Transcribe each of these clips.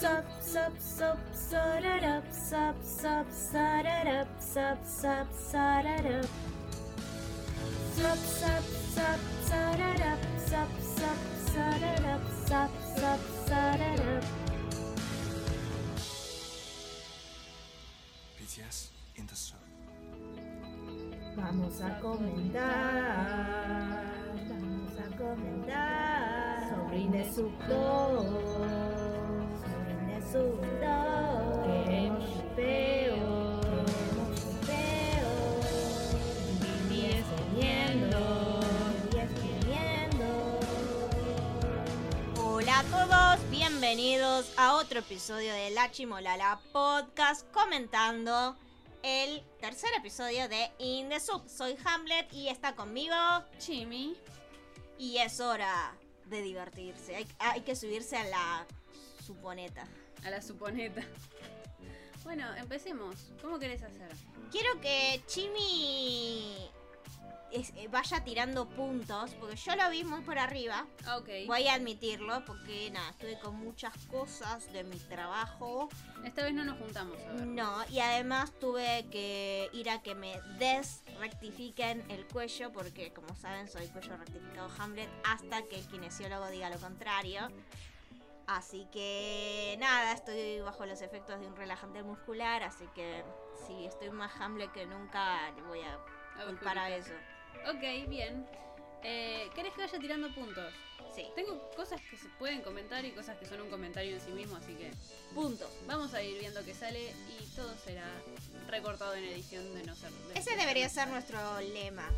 Sup, sup, sup, sararap, sup, sup, sararap, sup, sup, sararap. Sup, sup, sup, sararap, sup, sup, sararap, sup, sup, sararap. BTS in the sun. Vamos a comentar, vamos a comentar sobre Inesub 2, sobre Inesub 2. Queremos chupeo, queremos chupeo. Vivi escribiendo, Vivi escribiendo. Hola a todos, bienvenidos a otro episodio de La Chimolala Podcast comentando el tercer episodio de In the Soup. Soy Hamlet y está conmigo Chimi. y es hora de divertirse. Hay, hay que subirse a la suponeta. A la suponeta. Mm. Bueno, empecemos. ¿Cómo querés hacer? Quiero que Chimi es- eh, vaya tirando puntos porque yo lo vi muy por arriba. Ah, Ok. Voy a admitirlo porque nada, estuve con muchas cosas de mi trabajo. Esta vez no nos juntamos, a ver. No, y además tuve que ir a que me desrectifiquen el cuello, porque como saben, soy cuello rectificado Hamlet hasta que el kinesiólogo diga lo contrario. Así que nada, estoy bajo los efectos de un relajante muscular, así que sí, estoy más Hamlet que nunca, le voy a A ver, culpar a Julita. eso. Ok, bien. Eh, ¿Querés que vaya tirando puntos? Sí, Tengo cosas que se pueden comentar y cosas que son un comentario en sí mismo, así que punto. vamos a ir viendo qué sale y todo será recortado en edición de no ser. de- Ese debería ser nuestro lema.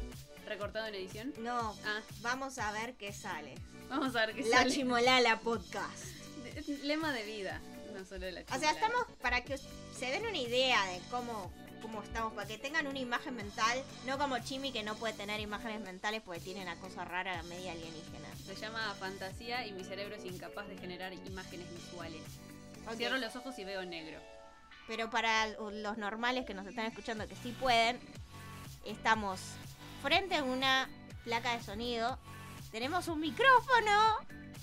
¿Recortado en edición? No, Ah, vamos a ver qué sale. vamos a ver qué La sale. Chimolala Podcast. De- Lema de vida, no solo de la O sea, chimolada. estamos para que se den una idea de cómo, cómo estamos, para que tengan una imagen mental, no como Chimi que no puede tener imágenes mentales porque tiene una cosa rara media alienígena. Se llama fantasía y mi cerebro es incapaz de generar imágenes visuales. Ok. Cierro los ojos y veo negro. Pero para los normales que nos están escuchando que sí pueden, estamos frente a una placa de sonido, tenemos un micrófono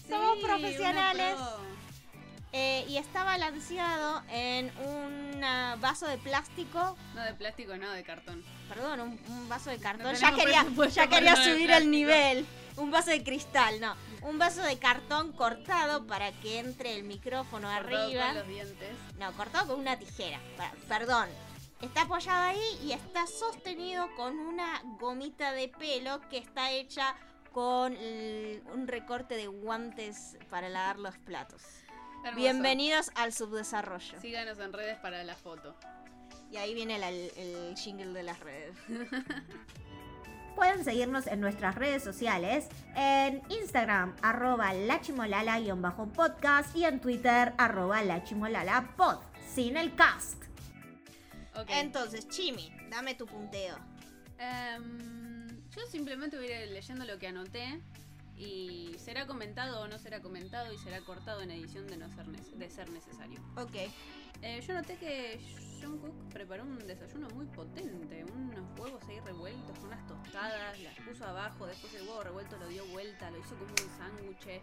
Somos Sí, profesionales. una pro. eh, y está balanceado en un ah, vaso de plástico No, de plástico, no, de cartón. Perdón, un, un vaso de cartón. No ya tenemos quería, presupuesto ya para quería nada de subir el plástico. nivel. Un vaso de cristal, no. Un vaso de cartón cortado para que entre el micrófono Cortado arriba. Con los dientes. No, cortado con una tijera. Pa- Perdón. Está apoyado ahí y está sostenido con una gomita de pelo que está hecha con l- un recorte de guantes para lavar los platos. Hermoso. Bienvenidos al subdesarrollo. Síganos en redes para la foto. Y ahí viene la- el- el jingle de las redes. Pueden seguirnos en nuestras redes sociales, en Instagram, arroba lachimolala-podcast y en Twitter, arroba lachimolalapod, sin el cast. Ok. Entonces, Chimi, dame tu punteo. Em, yo simplemente voy a ir leyendo lo que anoté y será comentado o no será comentado y será cortado en edición de no ser, nece- de ser necesario. Ok. Eh, yo noté que John Cook preparó un desayuno muy potente, unos huevos ahí revueltos, con unas tostadas, las puso abajo, después el huevo revuelto lo dio vuelta, lo hizo como un sándwich.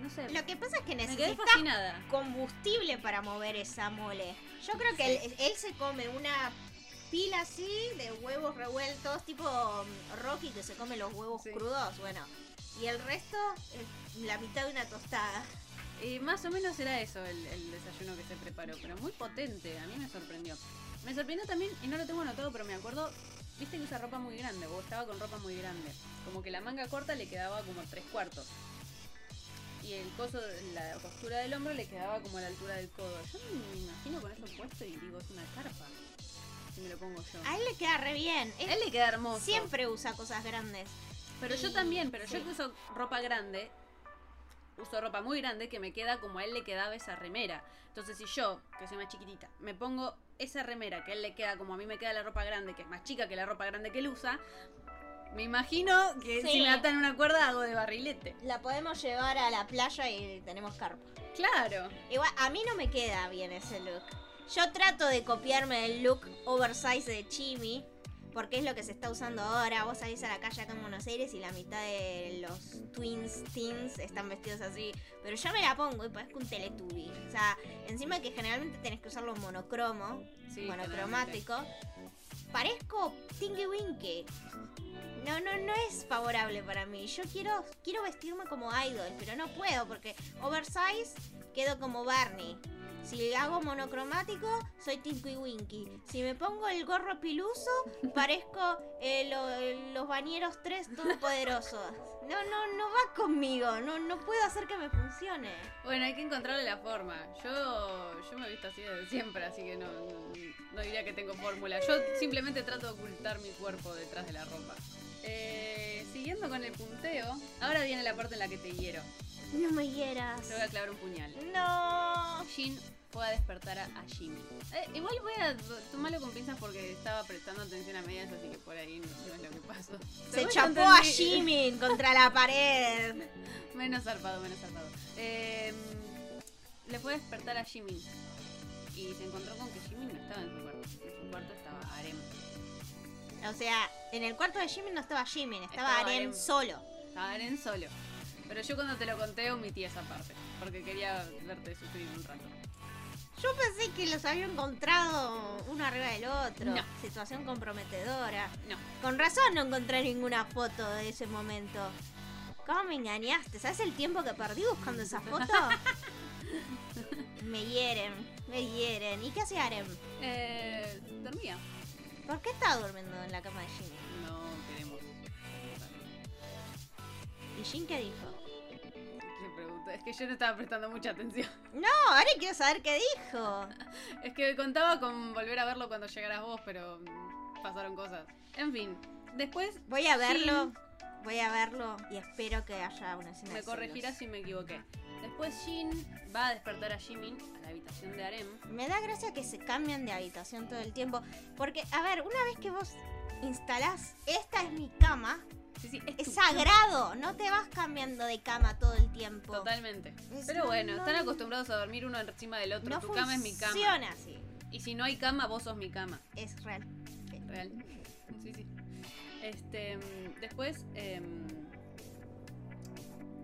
No sé, Lo que pasa es que me quedé necesita fascinada. combustible para mover esa mole. Yo creo que él, él se come una pila así de huevos revueltos, tipo mm, Rocky que se come los huevos Sí. crudos, bueno. Y el resto, eh, la mitad de una tostada. Eh, más o menos era eso el, el desayuno que se preparó, pero muy potente, a mí me sorprendió. Me sorprendió también, y no lo tengo anotado, pero me acuerdo, viste que usa ropa muy grande, o estaba con ropa muy grande. Como que la manga corta le quedaba como tres cuartos. Y el coso, de- la costura del hombro le quedaba como a la altura del codo. Yo me imagino con eso puesto y digo, es una carpa. Si me lo pongo yo. A él le queda re bien. Él él le queda hermoso. siempre usa cosas grandes. Pero yo también, pero Sí. yo que uso ropa grande, uso ropa muy grande que me queda como a él le quedaba esa remera. Entonces si yo, que soy más chiquitita, me pongo esa remera que a él le queda como a mí me queda la ropa grande, que es más chica que la ropa grande que él usa, me imagino que Sí. si me atan una cuerda hago de barrilete. La podemos llevar a la playa y tenemos carpa. Claro. Igual, a mí no me queda bien ese look. Yo trato de copiarme el look oversize de Chimi, porque es lo que se está usando ahora. Vos salís a la calle acá en Buenos Aires y la mitad de los twins, teens están vestidos así. Pero yo me la pongo y parezco un teletubi. O sea, encima que generalmente tenés que usarlo monocromo, Sí, monocromático. Parezco Tinky Winky. No, no, no es favorable para mí. Yo quiero, quiero vestirme como idol, pero no puedo porque oversize quedo como Barney. Si hago monocromático, soy Tinky Winky. Si me pongo el gorro piluso, parezco eh, lo- los bañeros tres todopoderosos. No, no, no va conmigo. No, no puedo hacer que me funcione. Bueno, hay que encontrarle la forma. Yo, yo me he visto así desde siempre, así que no, no, no diría que tengo fórmula. Yo simplemente trato de ocultar mi cuerpo detrás de la ropa. Eh, siguiendo con el punteo, ahora viene la parte en la que te hiero. No me hieras. Te voy a clavar un puñal. No. Jin fue a despertar a, a Jimmy. Eh, igual voy a tomarlo con pinzas porque estaba prestando atención a medias, así que por ahí no, no es lo que pasó. Se Según chapó a entendí- Jimmy contra la pared. Menos zarpado, menos zarpado. Eh, le fue a despertar a Jimmy. Y se encontró con que Jimmy no estaba en su cuarto. En su cuarto estaba Arem. O sea, en el cuarto de Jimmy no estaba Jimmy, estaba Estaba Aren Aren. solo. Estaba Arem solo. Pero yo cuando te lo conté omití esa parte. Porque quería verte sufrir un rato. Yo pensé que los había encontrado uno arriba del otro. No. Situación comprometedora. No. Con razón no encontré ninguna foto de ese momento. ¿Cómo me engañaste? ¿Sabes el tiempo que perdí buscando esa foto? me hieren, me hieren. ¿Y qué hace Aren? Eh, dormía. ¿Por qué estaba durmiendo en la cama de Jimmy? No queremos. ¿Y Jim qué dijo? Le pregunto. Es que yo no estaba prestando mucha atención. No, ahora quiero saber qué dijo. Es que contaba con volver a verlo cuando llegaras vos, pero mm, pasaron cosas. En fin. Después Voy a verlo. Jim. Voy a verlo y espero que haya una escena Me de celos. corregirás si me equivoqué. Después Jin va a despertar a Jimin a la habitación de Arem. Me da gracia que se cambian de habitación todo el tiempo. Porque, a ver, una vez que vos instalás, esta es mi cama, Sí, sí, tu es sagrado. No te vas cambiando de cama todo el tiempo. Totalmente. Es- Pero bueno, no- están acostumbrados a dormir uno encima del otro. No tu cama es mi cama. funciona así. Y si no hay cama, vos sos mi cama. Es real. Real. Sí, sí. Este, mm, después, em,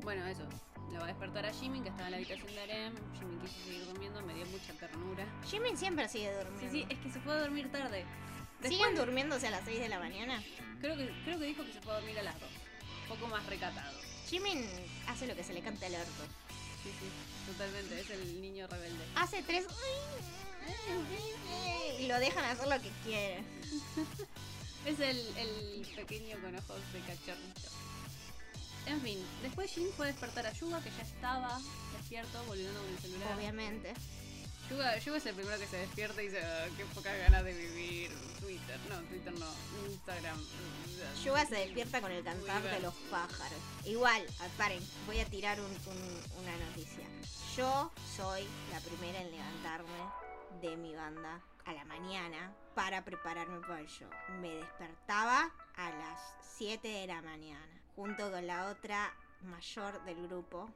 bueno, eso. Lo va a despertar a Jimin, que estaba en la habitación de Arem. Jimin quiso seguir durmiendo, me dio mucha ternura. Jimmy siempre sigue Sí, durmiendo. sí, eh, es que se fue a dormir tarde. ¿Siguen durmiéndose a las 6 de la mañana? Creo que, creo que dijo que se fue a dormir a las dos. Un poco más recatado. Jimmy hace lo que se le canta al orto. Sí, sí, totalmente, es el niño rebelde. Hace tres... Y lo dejan hacer lo que quiere. Es el, el pequeño con ojos de cachorrito. En fin, después Jin fue a despertar a Yuga, que ya estaba despierto, volviendo con el celular. Obviamente. Yuga, Yuga es el primero que se despierta y dice, "Ah, qué pocas ganas de vivir. Twitter, no, Twitter no, Instagram. Yuga se despierta con el cantar Muy de bien. los pájaros. Igual, ah, paren, voy a tirar un- un- una noticia. Yo soy la primera en levantarme de mi banda a la mañana para prepararme para el show. Me despertaba a las 7 de la mañana, junto con la otra mayor del grupo.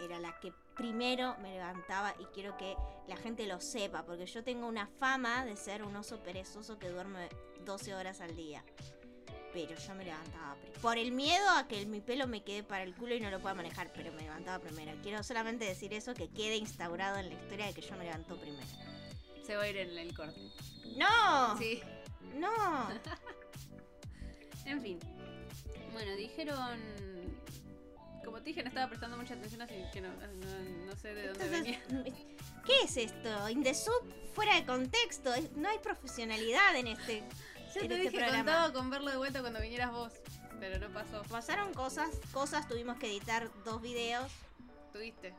Era la que primero me levantaba y quiero que la gente lo sepa, porque yo tengo una fama de ser un oso perezoso que duerme 12 horas al día. Pero yo me levantaba primero. Por el miedo a que mi pelo me quede para el culo y no lo pueda manejar, pero me levantaba primero. Quiero solamente decir eso, que quede instaurado en la historia de que yo me levanto primero. Se va a ir en el corte. ¡No! Sí. ¡No! En fin. Bueno, dijeron... Como te dije, no estaba prestando mucha atención, así que no, no- no sé de dónde Entonces, venía. ¿qué es esto? Indesub fuera de contexto. Es- No hay profesionalidad en este. Ya en te este dije, programa. contaba con verlo de vuelta cuando vinieras vos, pero no pasó. Pasaron cosas, cosas, tuvimos que editar dos videos, Tuviste.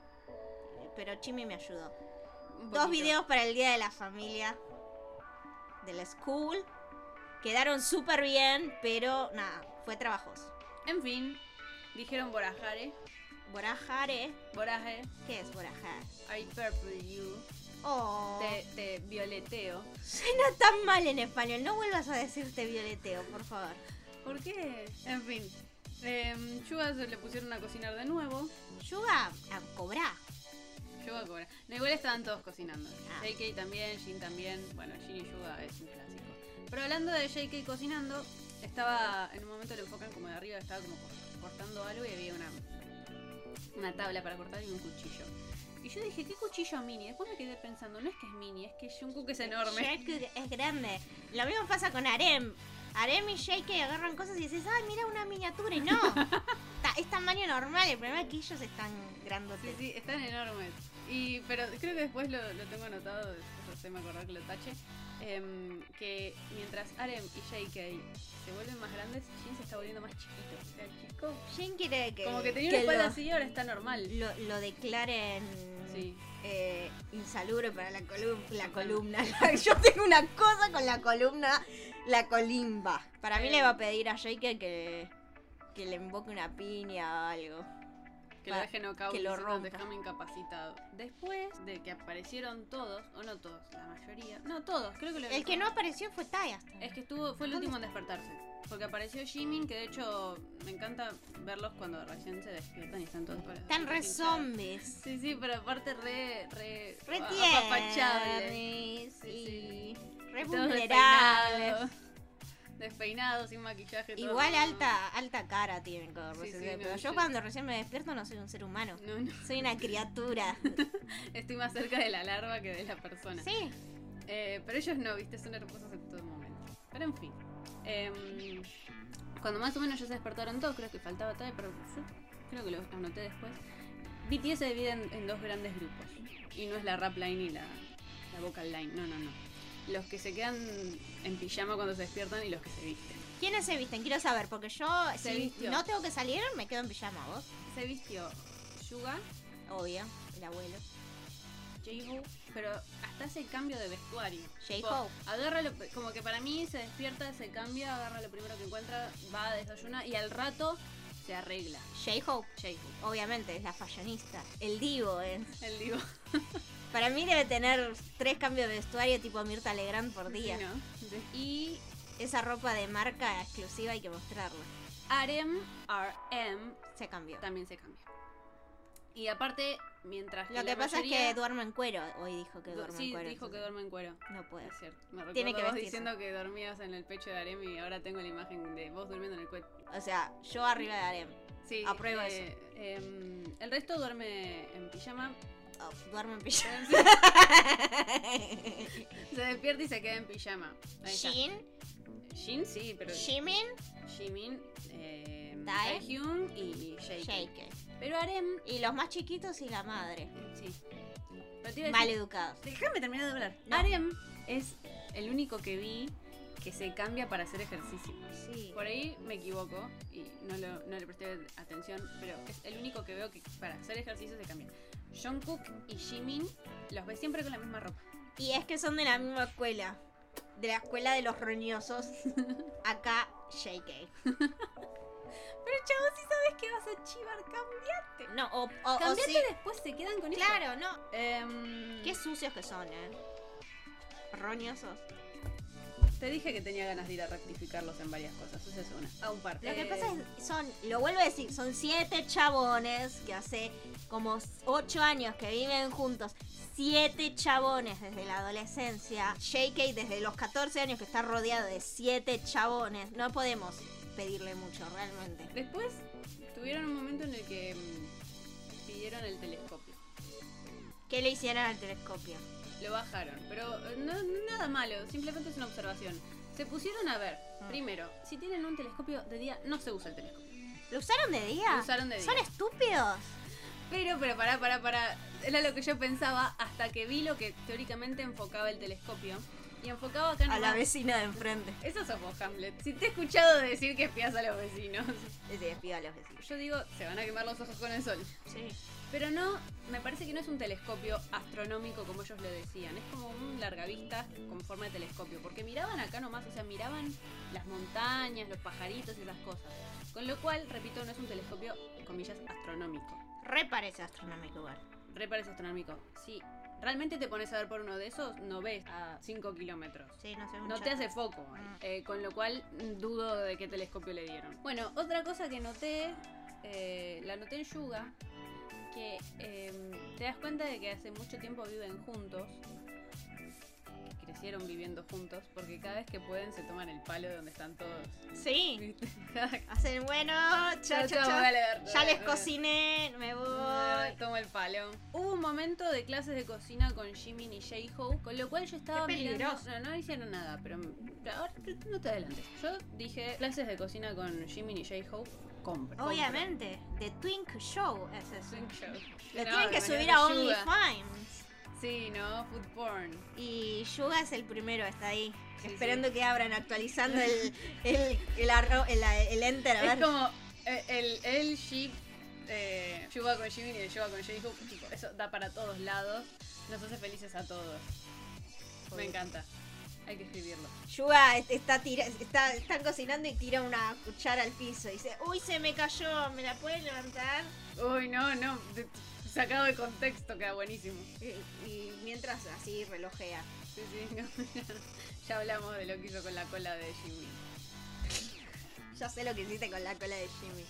pero Chimi me ayudó. un Dos poquito. videos para el Día de la Familia de la School. Quedaron súper bien, pero nada, fue trabajoso. En fin, dijeron Borajare. Borajare, Boraje, ¿qué es Borajare? I purple you. Oh, Te, te violeteo. suena tan mal en español. No vuelvas a decirte violeteo, por favor. ¿Por qué? En fin. Eh, Yuga se le pusieron a cocinar de nuevo. Yuga, ah, a cobrar. Yuga cobra. No, igual estaban todos cocinando. Ah. JK también, Jin también. Bueno, Jin y Yuga es un clásico. Pero hablando de JK cocinando, estaba en un momento lo enfocan como de arriba, estaba como cor- cortando algo y había una, una tabla para cortar y un cuchillo. Y yo dije, ¿qué cuchillo mini? Después me quedé pensando, no es que es mini, es que Jungkook es enorme. Jake es grande. Lo mismo pasa con Arem. Arem y Jake agarran cosas y dices, ay, mira una miniatura. Y no. Ta- es tamaño normal. El problema es que ellos están Sí, grandotes. sí, están enormes. Y, pero creo que después lo, lo tengo anotado, después se me acordó que lo tache. em, que mientras Arem y JK se vuelven más grandes, Jin se está volviendo más chiquito. O sea, el chico. Jin quiere que. Como que tenía una que espalda lo- así y ahora está normal. Lo, lo declaren. Sí. eh, insalubre para la, colum- la columna. Yo tengo una cosa con la columna, la colimba. Para mí Eh. le va a pedir a Jake que, que le invoque una piña o algo. Que lo Pa- dejen knockout que lo diciendo, rompa. "Dejame incapacitado. Después de que aparecieron todos, o no todos, la mayoría. No, todos, creo que lo El que no apareció fue Tai hasta ahora. Es que estuvo, fue el último en despertarse. Porque apareció Jimin, que de hecho me encanta verlos cuando recién se despiertan y están todos para. Están re zombies. Sí, sí, pero aparte re. re. Re apapachables. tiernis Ah, Sí, y re Todos vulnerables. despeinados. Despeinados, sin maquillaje. todos- Igual alta, alta cara tienen cada Sí, recién sí, despierto. no, Yo yo- cuando recién me despierto no soy un ser humano. No, no. Soy una criatura. Estoy más cerca de la larva que de la persona. sí. Eh, pero ellos no, viste, son hermosos en todo momento. Pero en fin. Em, cuando más o menos ya se despertaron todos, creo que faltaba tal, pero yo creo que lo anoté después. BTS se divide en, en dos grandes grupos. Y no es la rap line y la, la vocal line, no, no, no. Los que se quedan en pijama cuando se despiertan y los que se visten. ¿Quiénes se visten? Quiero saber, porque yo Se si vistió. no tengo que salir, me quedo en pijama vos. Se vistió Yuga, Obvio, el abuelo. J-Hope, pero hasta hace cambio de vestuario. Tipo, J-Hope. Agarra lo, como que para mí se despierta, se cambia, agarra lo primero que encuentra, va a desayuna y al rato se arregla. J-Hope, J-Hope, obviamente, es la fashionista. El divo es. el digo. Para mí debe tener tres cambios de vestuario tipo Mirta Legrand por día. Sí, ¿no? Sí. Y esa ropa de marca exclusiva hay que mostrarla. Arem, RM, Se cambió. también se cambia. Y aparte, mientras Lo la que pasa mayoría- es que duerme en cuero. Hoy dijo que du- duerme sí, en cuero. dijo que entonces duerme en cuero. No puede. Es cierto. Me Tiene recuerdo que vos vestirse. diciendo que dormías en el pecho de Arem y ahora tengo la imagen de vos durmiendo en el cuello. O sea, yo arriba de Arem. Sí, Apruebo em, el resto duerme en pijama. Oh, duerme en pijama. se despierta y se queda en pijama. Ahí está. Shin, Jin sí, pero Jimin, Jimin, eh, Tae. Taehyung y Shake. Shake. Pero Arem, Y los más chiquitos y la madre. sí. Pero te iba a Mal decir- educados. Déjame terminar de hablar. No. Arem es el único que vi que se cambia para hacer ejercicio. Sí. Por ahí me equivoco y no, lo- no le presté atención, pero es el único que veo que para hacer ejercicio se cambia. Jungkook y Jimin los ve siempre con la misma ropa. Y es que son de la misma escuela. De la escuela de los roñosos. Acá, JK. Pero chavo, si sabes que vas a chivar, cambiate. No, o, o- o Cambiate sí. después, se quedan con eso. Claro, no. Em, Qué sucios que son, eh. Roñosos. Te dije que tenía ganas de ir a rectificarlos en varias cosas, esa es una. A un par. Lo que Eh, pasa es, son, lo vuelvo a decir, son siete chabones que hace como ocho años que viven juntos. Siete chabones desde la adolescencia. JK desde los 14 años que está rodeado de siete chabones. No podemos pedirle mucho realmente. Después tuvieron un momento en el que mm, pidieron el telescopio. ¿Qué le hicieron al telescopio? Lo bajaron, pero eh, no, no- nada malo, simplemente es una observación. Se pusieron a ver, Mm. primero, si tienen un telescopio de día, no se usa el telescopio. ¿Lo usaron de día? Lo usaron de día. ¿Son estúpidos? Pero, pero, pará, pará, pará. Era lo que yo pensaba hasta que vi lo que teóricamente enfocaba el telescopio. Y enfocaba acá nomás- vecina de enfrente. Eso sos vos, Hamlet. Si te he escuchado decir que espías a los vecinos. Y se despida a los vecinos. Yo digo, se van a quemar los ojos con el sol. Sí. Pero no, me parece que no es un telescopio astronómico como ellos lo decían. Es como un largavista con forma de telescopio. Porque miraban acá nomás, o sea, miraban las montañas, los pajaritos y esas cosas. Con lo cual, repito, no es un telescopio, comillas, astronómico. Re parece astronómico igual. Re parece astronómico. Si realmente te pones a ver por uno de esos, no ves a 5 kilómetros. Sí, no sé. un No te chato. hace foco, Ah. eh, con lo cual mm, dudo de qué telescopio le dieron. Bueno, otra cosa que noté, eh, la noté en Yuga, que em, eh, te das cuenta de que hace mucho tiempo viven juntos. ¿Qué quiere crecieron viviendo juntos, porque cada vez que pueden se toman el palo de donde están todos. Sí. ¿Viste? Cada- Hacen bueno, chao, Chao, chao, chao, chao. vale, vale, Ya les vale. cociné, me Ah, voy. Tomo el palo. Hubo un momento de clases de cocina con Jimmy y J-Ho, con lo cual yo estaba Qué mirando- peligroso. No, no hicieron nada, pero ahora no te adelantes. Yo dije clases de cocina con Jimmy y J-Ho, compro. Obviamente, The Twink Show es eso. Compro. Swing show. Lo No, tienen que Mariana, subir a Yuga. OnlyFans. Sí, no, food porn. Y Yuga es el primero, está ahí. Sí, esperando que abran, actualizando el, el, el, arro- el- el enter. A Es ver. como eh, el, el ship eh, Yuga con Jimmy y el Yuga con J-Ho, tipo, eso da para todos lados, nos hace felices a todos. Me encanta. Hay que escribirlo. Yuga est- está, tira- está están cocinando y tira una cuchara al piso. Y dice, uy, se me cayó, ¿me la pueden levantar? Uy, no, no, de- sacado de contexto, queda buenísimo. Y, y mientras así relojea. Sí, sí, no, ya hablamos de lo que hizo con la cola de Jimmy. Ya sé lo que hiciste con la cola de Jimmy.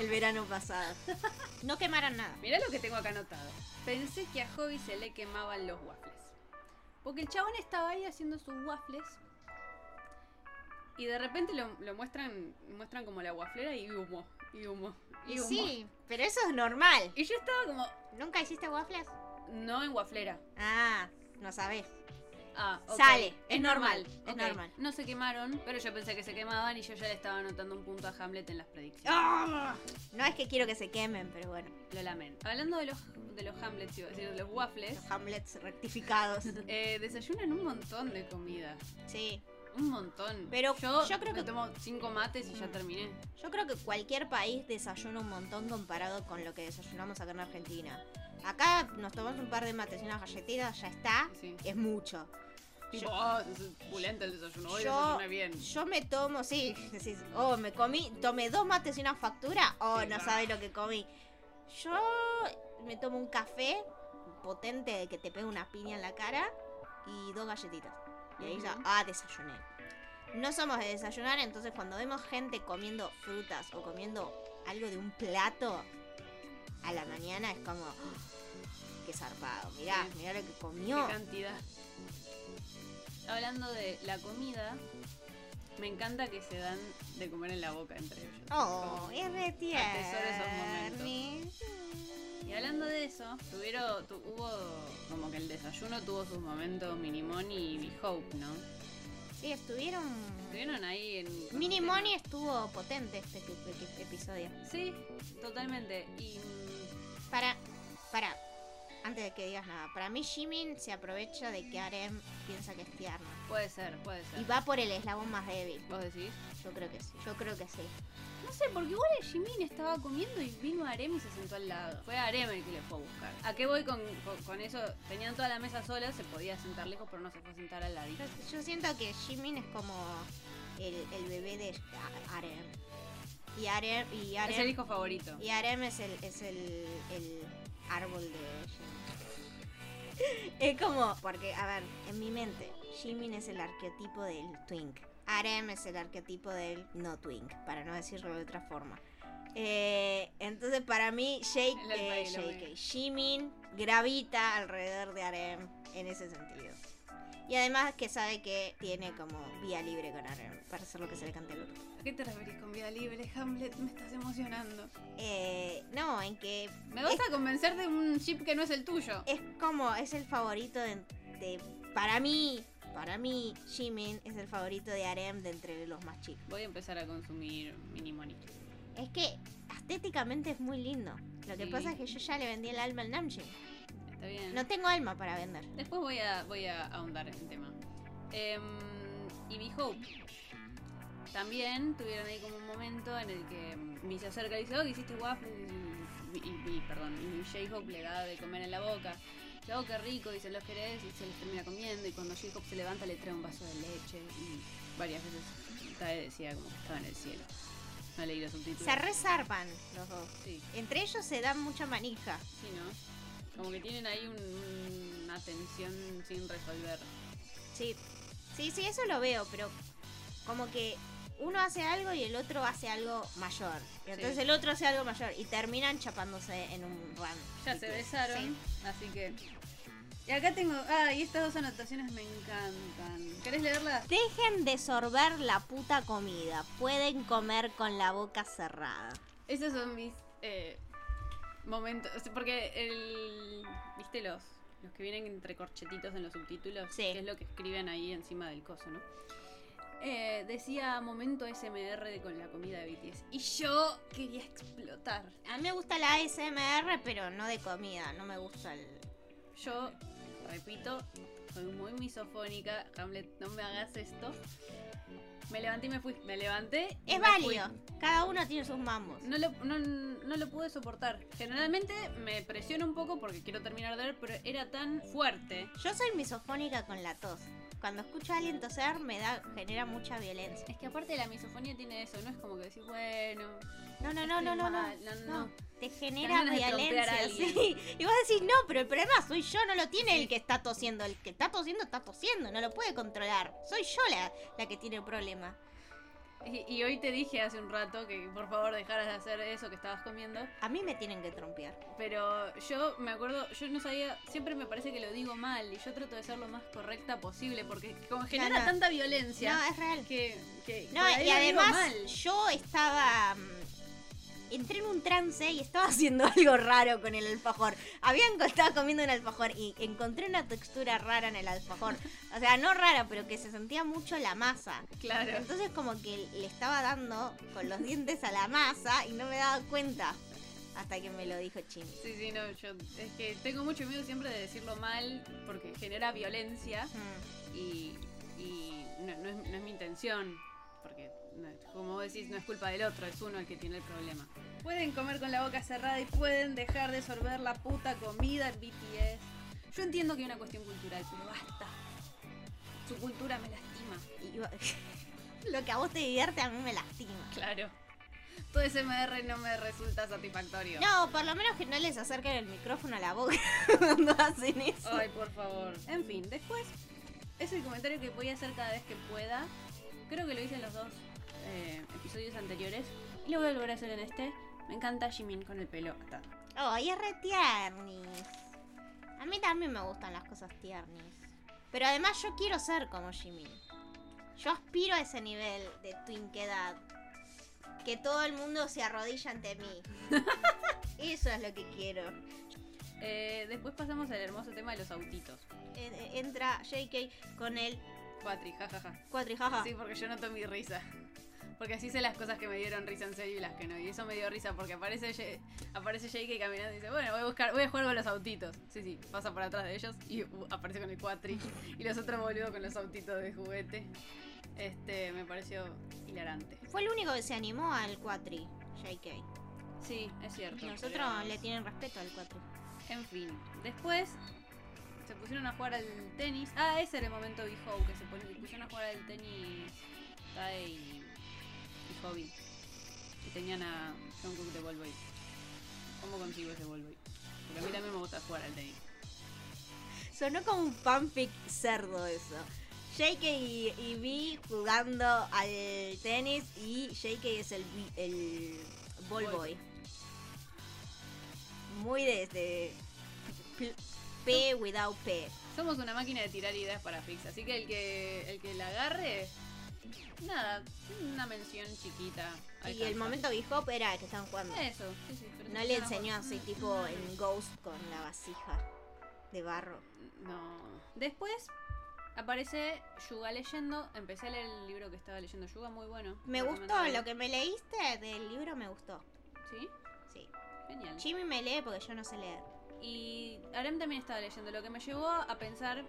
El verano pasado. No quemaron nada. Mirá lo que tengo acá anotado. Pensé que a Hobby se le quemaban los waffles. Porque el chabón estaba ahí haciendo sus waffles. Y de repente lo, lo muestran muestran como la waflera y humo. Y humo. Y, Y humo. sí, pero eso es normal. Y yo estaba como, ¿Nunca hiciste waffles? no en waflera. Ah, no sabés. Ah, ok. Sale, es normal, es ok. normal. No se quemaron, pero yo pensé que se quemaban y yo ya le estaba anotando un punto a Hamlet en las predicciones. ¡Ah! No es que quiero que se quemen, pero bueno, Lo lamento. Hablando de los, de los Hamlets, iba a decir, de los waffles, los hamlets rectificados. eh, desayunan un montón de comida. Sí. Un montón. Pero yo, yo creo me que- tomo cinco mates y ya Mm. terminé. Yo creo que cualquier país desayuna un montón comparado con lo que desayunamos acá en Argentina. Acá nos tomamos un par de mates y unas galletitas, ya está. Sí. Es mucho. Tipo, oh, es suculento el desayuno. Hoy Yo- desayuné bien. Yo me tomo, sí, decís, oh, me comí, tomé dos mates y una factura, oh, Sí, no va. sabes lo que comí. Yo me tomo un café potente de que te pega una piña en la cara y dos galletitas. Y ahí ya, Ujú. ah, desayuné. No somos de desayunar, entonces cuando vemos gente comiendo frutas o comiendo algo de un plato a la mañana es como, "Oh, qué zarpado, mirá, Sí. mirá lo que Qué comió. cantidad. Hablando de la comida, me encanta que se dan de comer en la boca entre ellos. Oh, Como- es re Atesoro esos momentos. tierni. Y hablando de eso, tuvieron, tu- hubo como que el desayuno tuvo sus momentos Minimón y Big Hope, ¿no? Sí, estuvieron. Estuvieron ahí en... Mini Money estuvo potente este, este- este episodio. Sí, totalmente. Y mm, Para. Para. Antes de que digas nada, para mí Jimin se aprovecha de que Arem piensa que es tierno. puede ser, puede Y ser. va por el eslabón más débil. ¿Vos decís? Yo creo que sí. Yo creo que sí. No sé, porque igual el Jimin estaba comiendo y vino Arem y se sentó al lado. Fue Arem el que le fue a buscar. ¿A qué voy con, con- con eso? Tenían toda la mesa sola, se podía sentar lejos, pero no se fue a sentar al ladito. Yo, yo siento que Jimin es como el, el bebé de A- Arem. Y Arem. Y Es el Arem, hijo favorito. y Arem es, el, es el, el árbol de Jimin. Es como, porque, a ver, en mi mente, Jimin es el arquetipo del twink. Arem es el arquetipo del no twink, para no decirlo de otra forma. Eh, entonces, para mí, Jake, El alfa eh, y el omega. JK, Jimin gravita alrededor de Arem en ese sentido. Y además que sabe que tiene como vía libre con Arem para hacer lo que se le cante el orto. ¿A qué te referís con vida libre, Hamlet? Me estás emocionando. Eh, no, en que Me vas a convencer de un chip que no es el tuyo. es como es el favorito de, de- para mí para mí Jimin es el favorito de Arem de entre los más chicos Voy a empezar a consumir mini monito. es que estéticamente es muy lindo lo que Sí. pasa es que yo ya le vendí el alma al Namjoon Está bien. no tengo alma para vender Después voy a, voy a ahondar en el tema. Em, y Be Hope. También tuvieron ahí como un momento en el que em, Mi se acerca y dice, oh, que hiciste waffles. Y, y- y- perdón, y J-Hope le da de comer en la boca. Dice, oh, qué rico, dice, los querés, y se los termina comiendo. Y cuando J-Hope se levanta le trae un vaso de leche. Y varias veces Tae decía como que estaba en el cielo. No leí los subtítulos. se resarpan los dos Sí, entre ellos se dan mucha manija sí, ¿no? Como que tienen ahí un- una tensión sin resolver. sí sí sí eso lo veo pero como que uno hace algo y el otro hace algo mayor y entonces el otro hace algo mayor y terminan chapándose en un run Ya se besaron, Sí. así que Y acá tengo. Ah, y estas dos anotaciones me encantan. ¿Querés leerlas? Dejen de sorber la puta comida. Pueden comer con la boca cerrada. Esos son mis eh, momentos. o sea, Porque el. ¿Viste los, los que vienen entre corchetitos en los subtítulos? Sí. Que es lo que escriben ahí encima del coso, ¿no? Eh, decía momento SMR de con la comida de BTS. Y yo quería explotar. A mí me gusta la ASMR, pero no de comida. No me gusta el. Yo, repito, soy muy misofónica. Hamlet, no me hagas esto. Me levanté y me fui. Me levanté. y Es me fui. válido. Cada uno tiene sus mambos. No lo, no, no lo pude soportar. Generalmente me presiona un poco porque quiero terminar de ver, pero era tan fuerte. Yo soy misofónica con la tos. Cuando escucho a alguien toser me da, genera mucha violencia. Es que aparte la misofonía tiene eso, no es como que decís, bueno. No, no, no, Estoy no, no, no. mal, no, no. No, Te genera ganas de trompear a violencia, alguien. sí. Y vos decís, no, pero el problema soy yo, no lo tiene el que está tosiendo. El que está tosiendo está tosiendo, no lo puede controlar. Soy yo la, la que tiene el problema. Y, y hoy te dije hace un rato que por favor dejaras de hacer eso que estabas comiendo. A mí me tienen que trompear. Pero yo me acuerdo, yo no sabía, siempre me parece que lo digo mal y yo trato de ser lo más correcta posible porque como genera Claro. tanta violencia No, es real. que, que No, por ahí y lo digo además mal. yo estaba... mm, Entré en un trance y estaba haciendo algo raro con el alfajor. Había enco- estaba comiendo un alfajor y encontré una textura rara en el alfajor. O sea, no rara, pero que se sentía mucho la masa. Claro. Entonces como que le estaba dando con los dientes a la masa y no me daba cuenta. Hasta que me lo dijo Chimi. Sí, sí, no, yo es que tengo mucho miedo siempre de decirlo mal porque genera violencia Mm. y, y no, no es, no es mi intención, porque no- como vos decís, no es culpa del otro, es uno el que tiene el problema. Pueden comer con la boca cerrada y pueden dejar de sorber la puta comida en BTS. Yo entiendo que es una cuestión cultural, pero basta. Su cultura me lastima. Y iba- lo que a vos te divierte a mí me lastima. Claro. Todo ese MR no me resulta satisfactorio. No, por lo menos que no les acerquen el micrófono a la boca cuando hacen eso. Ay, por favor. En fin, después es el comentario que voy a hacer cada vez que pueda. Creo que lo hice en los dos eh, episodios anteriores. Y lo voy a volver a hacer en este. Me encanta Jimin con el pelo atado. Oh, y es re tiernis. A mí también me gustan las cosas tiernis. Pero además yo quiero ser como Jimmy. Yo aspiro a ese nivel de twinquedad. Que todo el mundo se arrodilla ante mí. Eso es lo que quiero. Eh, después pasamos al hermoso tema de los autitos. En- en- Entra JK con el Patri, jajaja. cuatro y jaja. Sí, porque yo noto mi risa. Porque así sé las cosas que me dieron risa en serio y las que no. Y eso me dio risa porque aparece, Ye- aparece Jake caminando y dice, bueno, voy a buscar, voy a jugar con los autitos. Sí, sí, pasa por atrás de ellos y uh, aparece con el cuatri. Y los otros boludos con los autitos de juguete. Este, me pareció hilarante. Fue el único que se animó al cuatri, JK. Sí, es cierto. Nosotros le tienen respeto al cuatri. En fin, después se pusieron a jugar al tenis. Ah, ese era el momento de Hobby, que se pon- pusieron a jugar al tenis Tai y, y Hobby. Y tenían a Jungkook de Volvoy. ¿Cómo consigo ese Volvoy? Porque a mí también me gusta jugar al tenis. Sonó como un fanfic cerdo eso. Jake y, y Vi jugando al tenis y Jake es el, vi- el ball Ball. boy. Muy desde P- P without P. Somos una máquina de tirar ideas para Fix, así que el que el que la agarre, nada, una mención chiquita. Y el alcanza. momento hip hop era que estaban jugando. Eso, sí, sí. pero Eh, No se le pusieron a enseñó jugar. así Mm, tipo no, no. en Ghost con la vasija de barro. No. Después aparece Yuga leyendo. Empecé a leer el libro que estaba leyendo Yuga, muy bueno. Me gustó lo que me leíste del libro, me gustó. Sí, Sí. genial. Jimmy me lee porque yo no sé leer. Y Arem también estaba leyendo, lo que me llevó a pensar.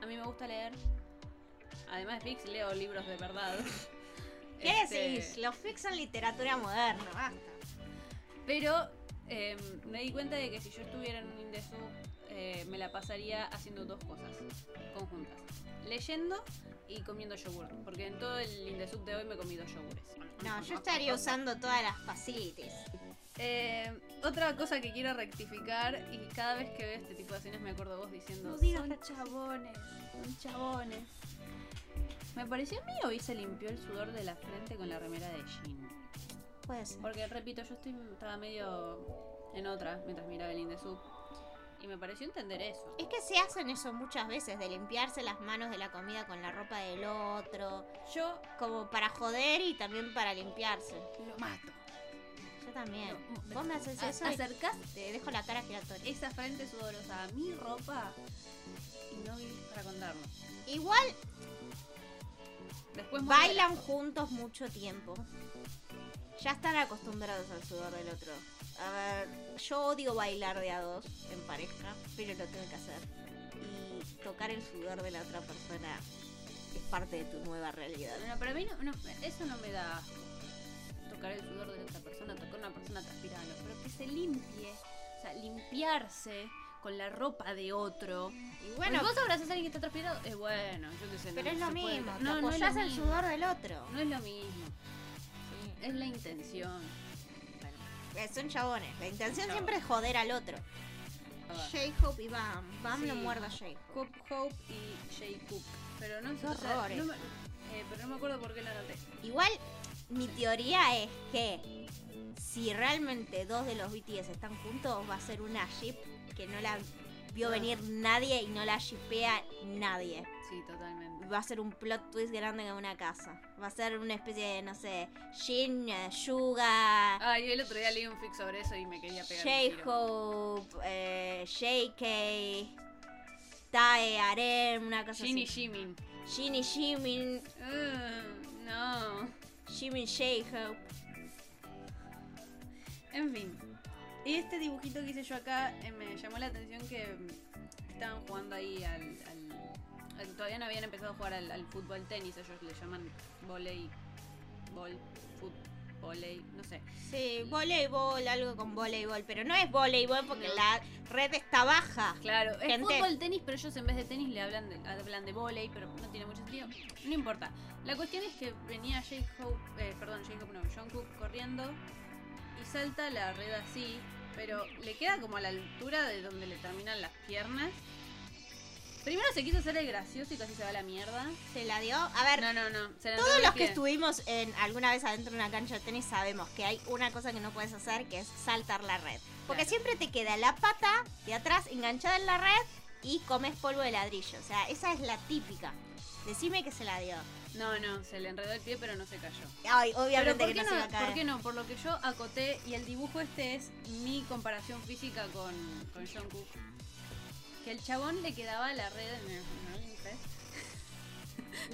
A mí me gusta leer. Además de Fix, leo libros de verdad. ¿Qué Este, decís? Los fics son literatura moderna, basta. Pero eh, me di cuenta de que si yo estuviera en un Indesu, eh, me la pasaría haciendo dos cosas conjuntas. Leyendo y comiendo yogur. Porque en todo el Indesub de hoy me comí dos yogures. No, yo estaría usando todas las facilities. Eh, otra cosa que quiero rectificar, y cada vez que veo este tipo de escenas me acuerdo vos diciendo: No digas Son chabones, son chabones. ¿Me pareció a mí o hoy se limpió el sudor de la frente con la remera de Jean? Puede ser. Porque repito, yo estoy, estaba medio en otra mientras miraba el Indesub. Y me pareció entender eso. Es que se hacen eso muchas veces, de limpiarse las manos de la comida con la ropa del otro, Yo como para joder y también para limpiarse. lo mato. Yo también. No, no, Ah, Vos me haces A- eso y Acercás te dejo la cara giratoria. esa frente sudorosa a mi ropa y no vivís para contarlo. Igual Después muero de bailan asco. juntos mucho tiempo. Ya están acostumbrados al sudor del otro. A ver, yo odio bailar de a dos en pareja, pero lo tengo que hacer. Y tocar el sudor de la otra persona es parte de tu nueva realidad. Bueno, para mí no, no, eso no me da asco. Tocar el sudor de otra persona, tocar una persona transpirando, pero que se limpie. O sea, limpiarse con la ropa de otro. Y Bueno, bueno, Pues vos abrazás a alguien que está transpirado, es bueno, yo qué sé. no pero es lo se puede- mismo. te No, no es apoyás lo el mismo. sudor del otro. No es lo mismo. Sí. Es la intención. Bueno, Eh, Son chabones. La intención Chabón. siempre es joder al otro. a ver. J-Hope y Bam. Bam lo Sí. muerde a J. Coop Hope y Jay Cook. Pero no, sé, Qué horrores. no me- eh, pero no me acuerdo por qué la anoté. Igual, mi teoría es que si realmente dos de los BTS están juntos, va a ser una ship que no la vio Ah. venir nadie y no la shipea nadie. Sí, totalmente. Va a ser un plot twist grande como una casa. Va a ser una especie de, no sé, Jin, eh, Suga, Ah, yo el otro día leí un fic sobre eso y me quería pegar. un tiro. J-Hope, eh, JK, Tae, Arem, una cosa Jin y así. Jimin. Jin y Jimin, Mm, no. Jimin, J-Hope. En fin. Y este dibujito que hice yo acá eh, me llamó la atención que mm, estaban jugando ahí al. al- al- todavía no habían empezado a jugar al, al fútbol tenis, ellos le llaman volei. Bol, fut, volei, no sé. Sí, voleibol, algo con voleibol, pero no es voleibol porque No. la red está baja. Claro, es Gente. fútbol tenis, pero ellos en vez de tenis le hablan de, hablan de volei, pero no tiene mucho sentido. No importa. La cuestión es que venía Jake Hope, eh, perdón, Jake Hope no, John Cook corriendo y salta la red así, pero le queda como a la altura de donde le terminan las piernas. Primero se quiso hacer el gracioso y casi se va a la mierda. Se la dio. A ver, No, no, no. se le enredó todos el los que pie. estuvimos en alguna vez adentro de una cancha de tenis sabemos que hay una cosa que no puedes hacer, que es saltar la red. Porque Claro. siempre te queda la pata de atrás enganchada en la red y comes polvo de ladrillo. O sea, esa es la típica. Decime que se la dio. No, no, se le enredó el pie, pero no se cayó. Ay, Pero obviamente ¿por que qué no, no, se va a ¿por qué caer. no? Por lo que yo acoté, y el dibujo este es mi comparación física con, con John Cook. Que el chabón le quedaba la red en el- en el pez.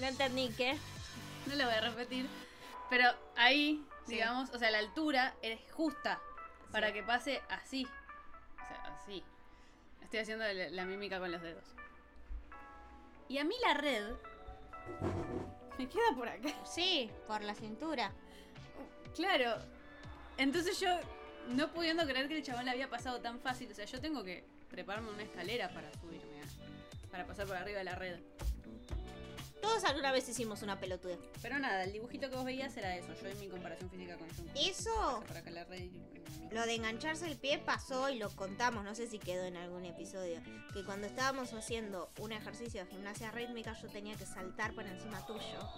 No entendí qué. No lo voy a repetir. Pero ahí, Sí. digamos, o sea, la altura es justa para Sí. que pase así. O sea, así. Estoy haciendo la, la mímica con los dedos. Y a mí la red me queda por acá. Sí, por la cintura. Claro. Entonces yo, no pudiendo creer que el chabón la había pasado tan fácil, o sea, yo tengo que prepararme una escalera para subirme, a- para pasar por arriba de la red. Todos alguna vez hicimos una pelotudez. Pero nada, el dibujito que vos veías era eso, yo en mi comparación física con Jung. Eso Para acá la red y- Lo de engancharse el pie pasó y lo contamos, no sé si quedó en algún episodio, que cuando estábamos haciendo un ejercicio de gimnasia rítmica yo tenía que saltar por encima tuyo.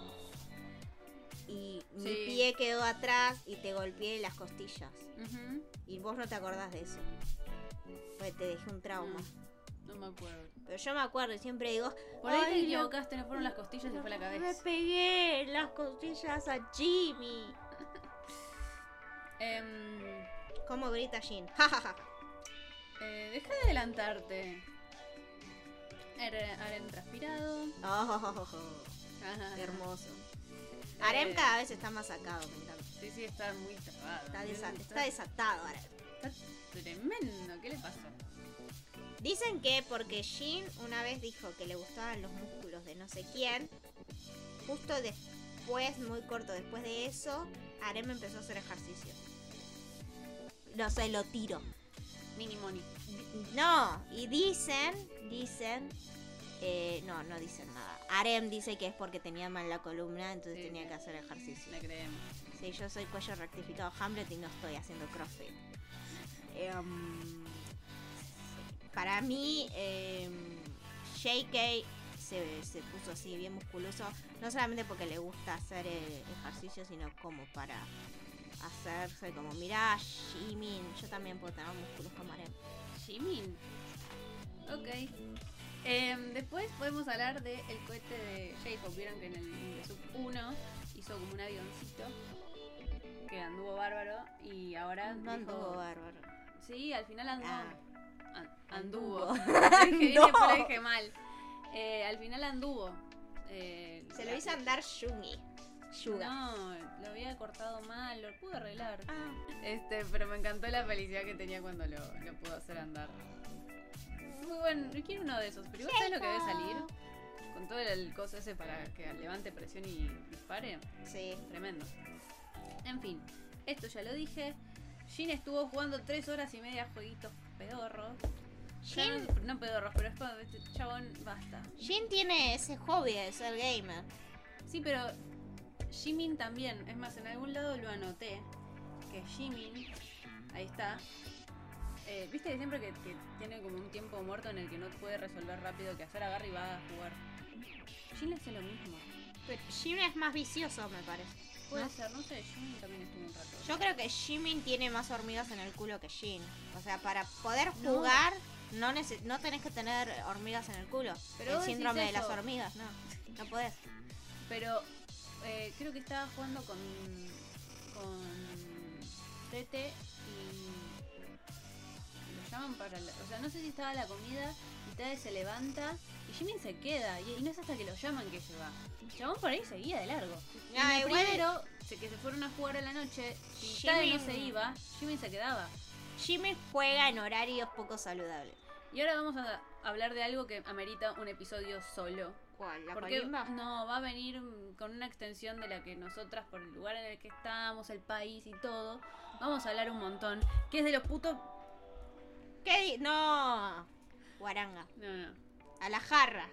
Y mi Sí. pie quedó atrás y te golpeé las costillas. Ujú. Y vos no te acordás de eso. Porque te dejé un trauma. No, no me acuerdo. Pero yo me acuerdo y siempre digo, Mm. Por ahí Ay, te no. equivocaste, no fueron las costillas, se fue la me cabeza. pegué las costillas a Jimmy. Em, ¿Cómo grita Jin? Jajaja. eh, deja de adelantarte. Are- Aren transpirado. Oh, Ajá. hermoso. Arem Eh, cada vez está más sacado, me encanta. Sí, sí, está muy trabado. Está, desa- Está- está desatado ahora. Está tremendo, ¿qué le pasó? Dicen que porque Jin una vez dijo que le gustaban los músculos de no sé quién, justo después, muy corto después de eso, Arem empezó a hacer ejercicio. No sé, lo tiro. Mini Moni. Di- No, y dicen, dicen, eh, no, no dicen nada. Arem dice que es porque tenía mal la columna, entonces Sí, tenía sí. que hacer ejercicio. La creemos. Sí, yo soy cuello rectificado Hamlet y no estoy haciendo crossfit. Em, para mí, em, JK se, se puso así bien musculoso, no solamente porque le gusta hacer eh, ejercicio, sino como para hacerse como, mirá, Jimin, yo también puedo tener músculos como Arem. Jimin. Ok. Em, después podemos hablar del cohete de Jacob. Vieron que en el de Sub 1 hizo como un avioncito que anduvo bárbaro y ahora No dijo- anduvo bárbaro. Sí, al final anduvo. Ah. an- Anduvo. anduvo. Dije- dije, No. pero dije mal. Eh, al final anduvo. Eh, Se lo la- hizo andar Shungi. Yuga. No, lo había cortado mal, lo pude arreglar. Ah, Este, pero me encantó la felicidad que tenía cuando lo, lo pudo hacer andar. Muy bueno, yo quiero uno de esos, pero ¿vos sabés lo que debe salir? Con todo el coso ese para que levante presión y dispare. sí. Tremendo. En fin, esto ya lo dije. Jin estuvo jugando tres horas y media jueguitos pedorros. Ya Jin, No, no pedorros, pero es como, este chabón, basta. Jin tiene ese hobby de ser gamer. Sí, pero Jimin también. Es más, en algún lado lo anoté. Que Jimin, ahí está. Eh, Viste que siempre que, que tiene como un tiempo muerto en el que no puede resolver rápido que hacer, agarra y va a jugar. Jin le hace lo mismo. Pero Jin es más vicioso, me parece. Puede ¿No? ser, no sé, Jimin también estuvo un rato. Yo creo que Jimin tiene más hormigas en el culo que Jin. O sea, para poder jugar, no, nece- no tenés que tener hormigas en el culo. Pero el vos decís síndrome de eso. las hormigas, no. No podés. Pero eh, creo que estaba jugando con. con. Tete y. Lo llaman para. la- o sea, no sé si estaba la comida y Tete se levanta y Jimin se queda y, y no es hasta que lo llaman que se va. El Chabón por ahí seguía de largo. Y Ah, en el igual- primero, se- que se fueron a jugar a la noche, si Tade no Jimin- se iba, Jimin se quedaba. Jimin juega en horarios poco saludables. Y ahora vamos a hablar de algo que amerita un episodio solo. ¿Cuál? ¿La Porque colimba? no, va a venir mm, con una extensión de la que nosotras, por el lugar en el que estamos, el país y todo, vamos a hablar un montón. Que es de los putos. ¿Qué di- No. Guaranga. No, no. A la jarra.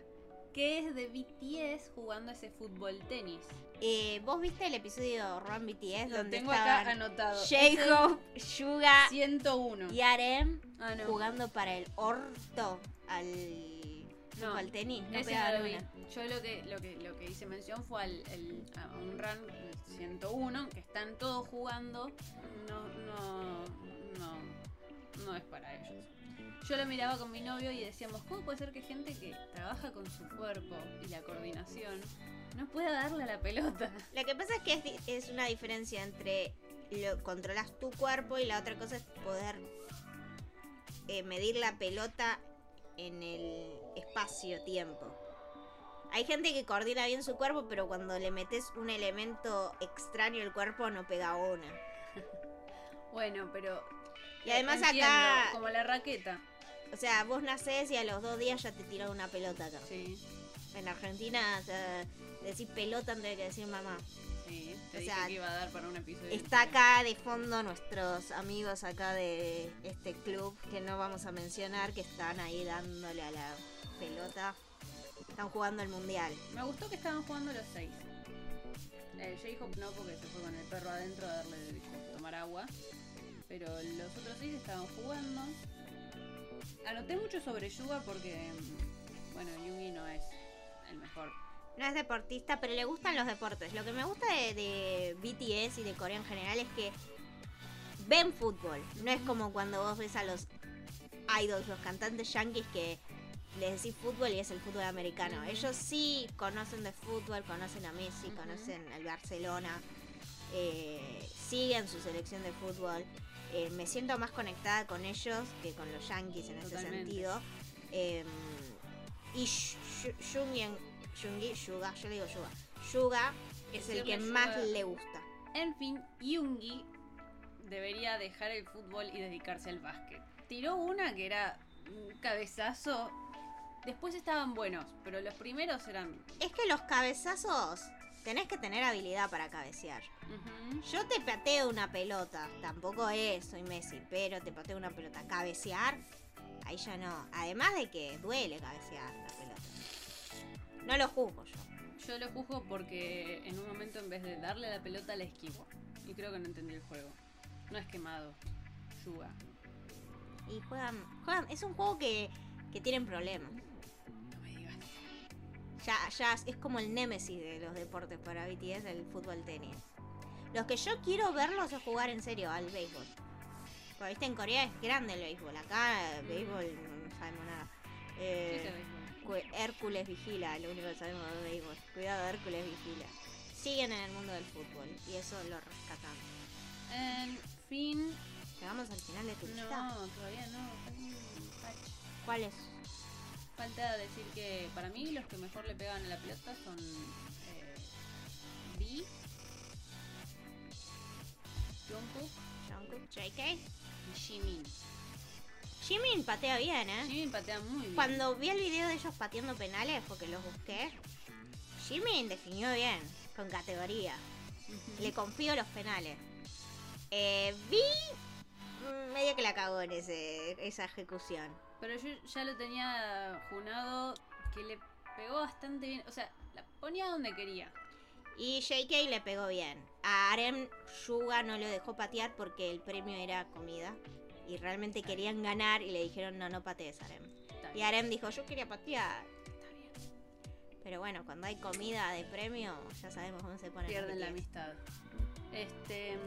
Que es de BTS jugando ese fútbol tenis. Eh, ¿Vos viste el episodio Run BTS Lo donde tengo acá estaban anotado. Es el J-Hope, Suga 101. y Arem Ah, no. jugando para el orto al No, al tenis? No Ese pegaban no lo vi. una. Yo lo que, lo que lo que hice mención fue al, el- a un run 101 que están todos jugando. No, no, no, no es para ellos. Yo lo miraba con mi novio y decíamos, ¿cómo puede ser que gente que trabaja con su cuerpo y la coordinación no pueda darle a la pelota? Lo que pasa es que es, di- es una diferencia entre lo controlas tu cuerpo y la otra cosa es poder eh, medir la pelota en el espacio-tiempo. Hay gente que coordina bien su cuerpo, pero cuando le metes un elemento extraño al cuerpo no pega una. Bueno, pero... Y además entiendo, acá- Como la raqueta. O sea, vos nacés y a los dos días ya te tiran una pelota acá. Sí, En Argentina, o sea, decir pelota antes que decir mamá. sí. Te O dije sea, que iba a dar para un episodio. Está acá de fondo nuestros amigos acá de este club que no vamos a mencionar, que están ahí dándole a la pelota. Están jugando el mundial. Me gustó que estaban jugando los seis. El J-Hope no, porque se fue con el perro adentro a darle de tomar agua. Pero los otros seis estaban jugando. Anoté mucho sobre Yuga porque, mm, bueno, Yugi no es el mejor. No es deportista, pero le gustan los deportes. Lo que me gusta de, de BTS y de Corea en general es que ven fútbol. No es como cuando vos ves a los idols, los cantantes yankees que les decís fútbol y es el fútbol americano. Ujú. Ellos sí conocen de fútbol, conocen a Messi, Ujú. conocen al Barcelona, eh, siguen su selección de fútbol. Eh, me siento más conectada con ellos que con los yankees en ese Totalmente. sentido. Eh, y Sh- Sh- Shungien- Shungi, Yuga, yo le digo Yuga. Yuga es el Decirle que más Yuga. le gusta. En fin, Yungi debería dejar el fútbol y dedicarse al básquet. Tiró una que era un cabezazo. Después estaban buenos, pero los primeros eran... Es que los cabezazos tenés que tener habilidad para cabecear. Ujú. Yo te pateo una pelota, tampoco es, soy Messi, pero te pateo una pelota. Cabecear, ahí ya no. Además de que duele cabecear la pelota. No lo juzgo yo. Yo lo juzgo porque en un momento en vez de darle la pelota la esquivo. Y creo que no entendí el juego. No es quemado. Yuga. Y juegan, juegan es un juego que, que tienen problemas. No me digas. Ya, ya es como el némesis de los deportes para BTS, el fútbol tenis. Los que yo quiero verlos es jugar en serio al béisbol. Porque viste, en Corea es grande el béisbol. Acá el béisbol no sabemos nada. Eh, Sí, se ve. Cue- Hércules vigila, lo único que sabemos de béisbol. Cuidado, Hércules vigila. Siguen en el mundo del fútbol y eso lo rescatamos. En fin. Llegamos al final de tu No, lista. todavía no. falta un patch. ¿Cuál es? Falta decir que para mí los que mejor le pegan a la pelota son. Eh, B. Jungkook Jungkook, JK. y Jimin. Jimin patea bien, ¿eh? Jimin patea muy bien. Cuando vi el video de ellos pateando penales, porque los busqué, Jimin definió bien, con categoría. Ujú. Le confío los penales. Eh, vi mm, medio que la cagó en ese, esa ejecución. Pero yo ya lo tenía junado que le pegó bastante bien. O sea, la ponía donde quería. Y JK le pegó bien. A Arem Yuga no lo dejó patear porque el premio era comida. Y realmente querían ganar y le dijeron, no, no patees, Arem. Está Y bien. Arem dijo, yo quería patear. está bien. Pero bueno, cuando hay comida de premio, ya sabemos dónde se ponen. los Pierden la BTS. amistad. Este.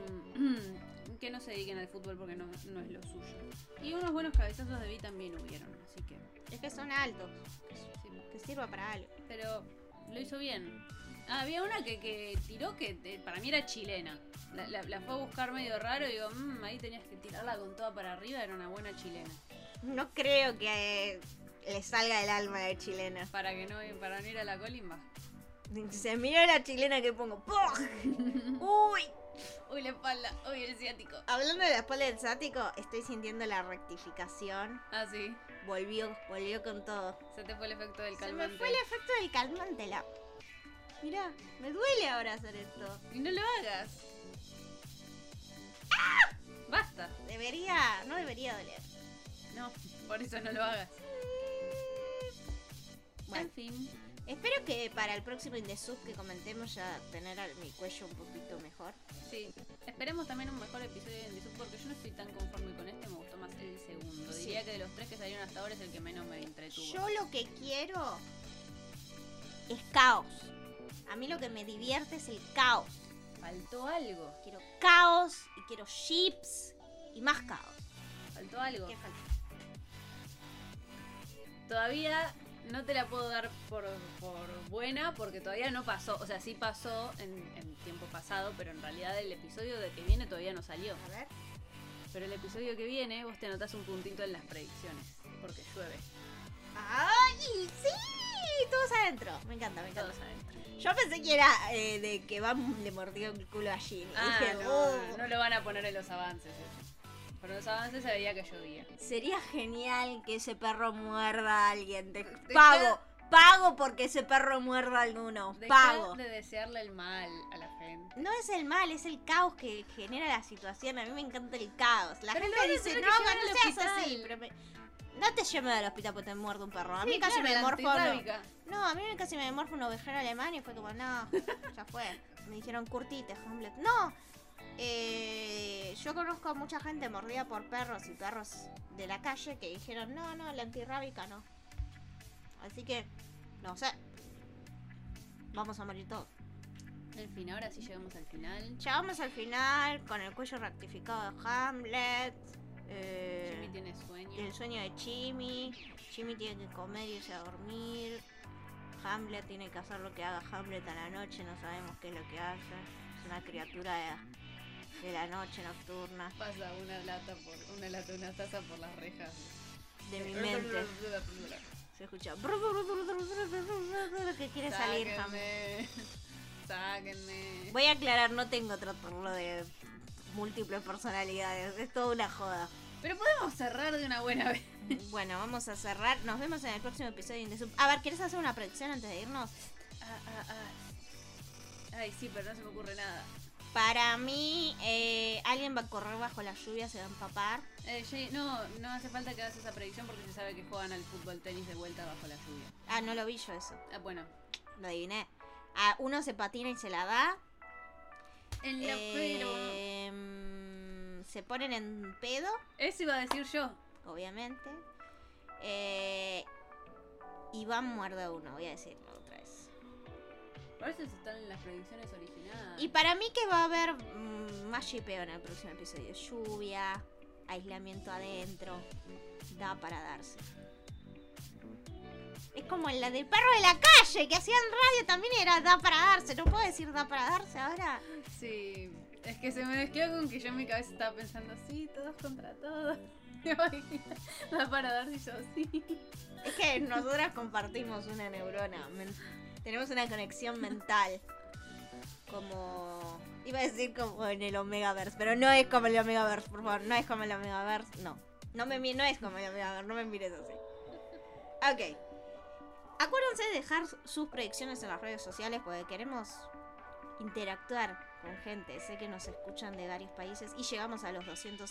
que no se dediquen al fútbol porque no, no es lo suyo. Y unos buenos cabezazos de B también hubieron, así que. Es que son altos. sí. Que sirva para algo. Pero lo hizo bien. Ah, había una que, que tiró que eh, para mí era chilena. La, la- la fue a buscar medio raro y digo, "Mm, ahí tenías que tirarla con toda para arriba, era una buena chilena. No creo que eh, le salga el alma de chilena. Para que no, para no ir a la colimba. Se mira la chilena que pongo. ¡pum! ¡Uy! Uy, la espalda, uy, el ciático. Hablando de la espalda del sático, estoy sintiendo la rectificación. Ah, sí. Volvió, volvió con todo. Se te fue el efecto del Se calmante. me fue el efecto del calmante. La... Mirá, me duele ahora hacer esto. Y no lo hagas. ¡Ah! Basta. Debería, no debería doler. No, por eso no lo hagas. Bueno, En fin. espero que para el próximo Indesub que comentemos ya tener al- mi cuello un poquito mejor. Sí, esperemos también un mejor episodio de Indisub porque yo no estoy tan conforme con este, me gustó más el segundo. Sí. Diría que de los tres que salieron hasta ahora es el que menos me entretuvo. Yo lo que quiero es caos. A mí lo que me divierte es el caos. Faltó algo, Quiero caos y quiero chips y más caos. faltó algo. ¿Qué falta? Todavía no te la puedo dar por, por buena porque todavía no pasó. O sea, sí pasó en, en tiempo pasado, pero en realidad el episodio de que viene todavía no salió. A ver. Pero el episodio que viene vos te notas un puntito en las predicciones porque llueve. ¡Ay! ¡Sí! Todos adentro. Me encanta, me encanta. Todos adentro. Yo pensé que era eh, de que van de mordido el culo allí. Ah, Dije, no, "Oh". no lo van a poner en los avances. eso. Pero en los avances se veía que llovía. Sería genial que ese perro muerda a alguien. Te- Deja- pago. Pago porque ese perro muerda a alguno. Dejá Pago. de desearle el mal a la gente. No es el mal, es el caos que genera la situación. A mí me encanta el caos. La Pero lo gente van a dice, tener no, que llevar no al seas hospital". así. Pero me- No te lleves al hospital porque te muerde un perro. A mí Sí, casi claro, me la morfo. No. antirrábica. No, a mí casi me morfó un ovejero alemán y fue como, no, ya fue. Me dijeron curtite, Hamlet. No, eh, yo conozco a mucha gente mordida por perros y perros de la calle que dijeron, no, no, la antirrábica no. Así que, no sé. Vamos a morir todos. En fin, ahora sí llegamos al final. Llegamos al final con el cuello rectificado de Hamlet. eh, Jimmy tiene y el sueño. sueño de Jimmy. Jimmy tiene que comer y irse a dormir. Hamlet tiene que hacer lo que haga Hamlet a la noche, no sabemos qué es lo que hace. Es una criatura de, de la noche nocturna, Pasa una lata por una lata, una taza por las rejas. de mi mente. Se escucha que quiere salir Hamlet. Sáquenme. Sáquenme. Voy a aclarar, no tengo trastorno de múltiples personalidades, es toda una joda. Pero podemos cerrar de una buena vez. Bueno, vamos a cerrar. Nos vemos en el próximo episodio de Indesub. A ver, ¿quieres hacer una predicción antes de irnos? Ah, ah, ah. Ay, sí, pero no se me ocurre nada. Para mí, eh, alguien va a correr bajo la lluvia, se va a empapar. Eh, Jay, no, no hace falta que hagas esa predicción porque se sabe que juegan al fútbol tenis de vuelta bajo la lluvia. Ah, no lo vi yo eso. Ah, bueno. Lo adiviné. Ah, uno se patina y se la da. En la pero- Em, se ponen en pedo, Eso iba a decir yo. obviamente. Eh, y van muerde a uno, voy a decirlo otra vez. Por eso están en las predicciones originales. Y para mí que va a haber mm, más shipeo en el próximo episodio. Lluvia, aislamiento adentro. Da para darse. Es como la del perro de la calle, que hacían radio también era da para darse. ¿No puedo decir da para darse ahora? Sí, es que se me mezcló con que yo en mi cabeza estaba pensando, sí, todos contra todos. ¿Te imaginas? La para darse y yo, sí. Es que nosotras compartimos una neurona. men- Tenemos una conexión mental. Como. Iba a decir como en el Omegaverse, pero no es como el Omegaverse, por favor. No es como el Omegaverse, no. No, me, mi- no es como el Omegaverse, no me mires así. Ok. Acuérdense de dejar sus predicciones en las redes sociales porque queremos interactuar con gente. Sé que nos escuchan de varios países y llegamos a los 200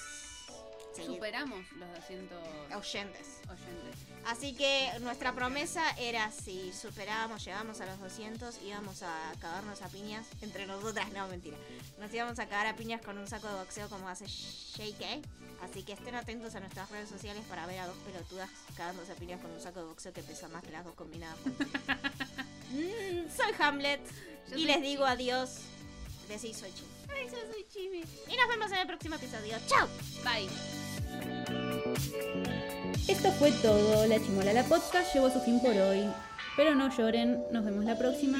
segui- Superamos los 200 oyentes. oyentes. Así que nuestra promesa era si superábamos, llegábamos a los 200, íbamos a cagarnos a piñas, entre nosotras, no, mentira. Nos íbamos a cagar a piñas con un saco de boxeo como hace JK. Así que estén atentos a nuestras redes sociales para ver a dos pelotudas cagándose a piñas con un saco de boxeo que pesa más que las dos combinadas. Mm, soy Hamlet Yo soy y les Chi. digo adiós. Decís soy Chimi. Ay, yo soy Chimi. Y nos vemos en el próximo episodio. ¡Chao! Bye. Esto fue todo. La Chimolala Podcast llegó a su fin por hoy. Pero no lloren, nos vemos la próxima.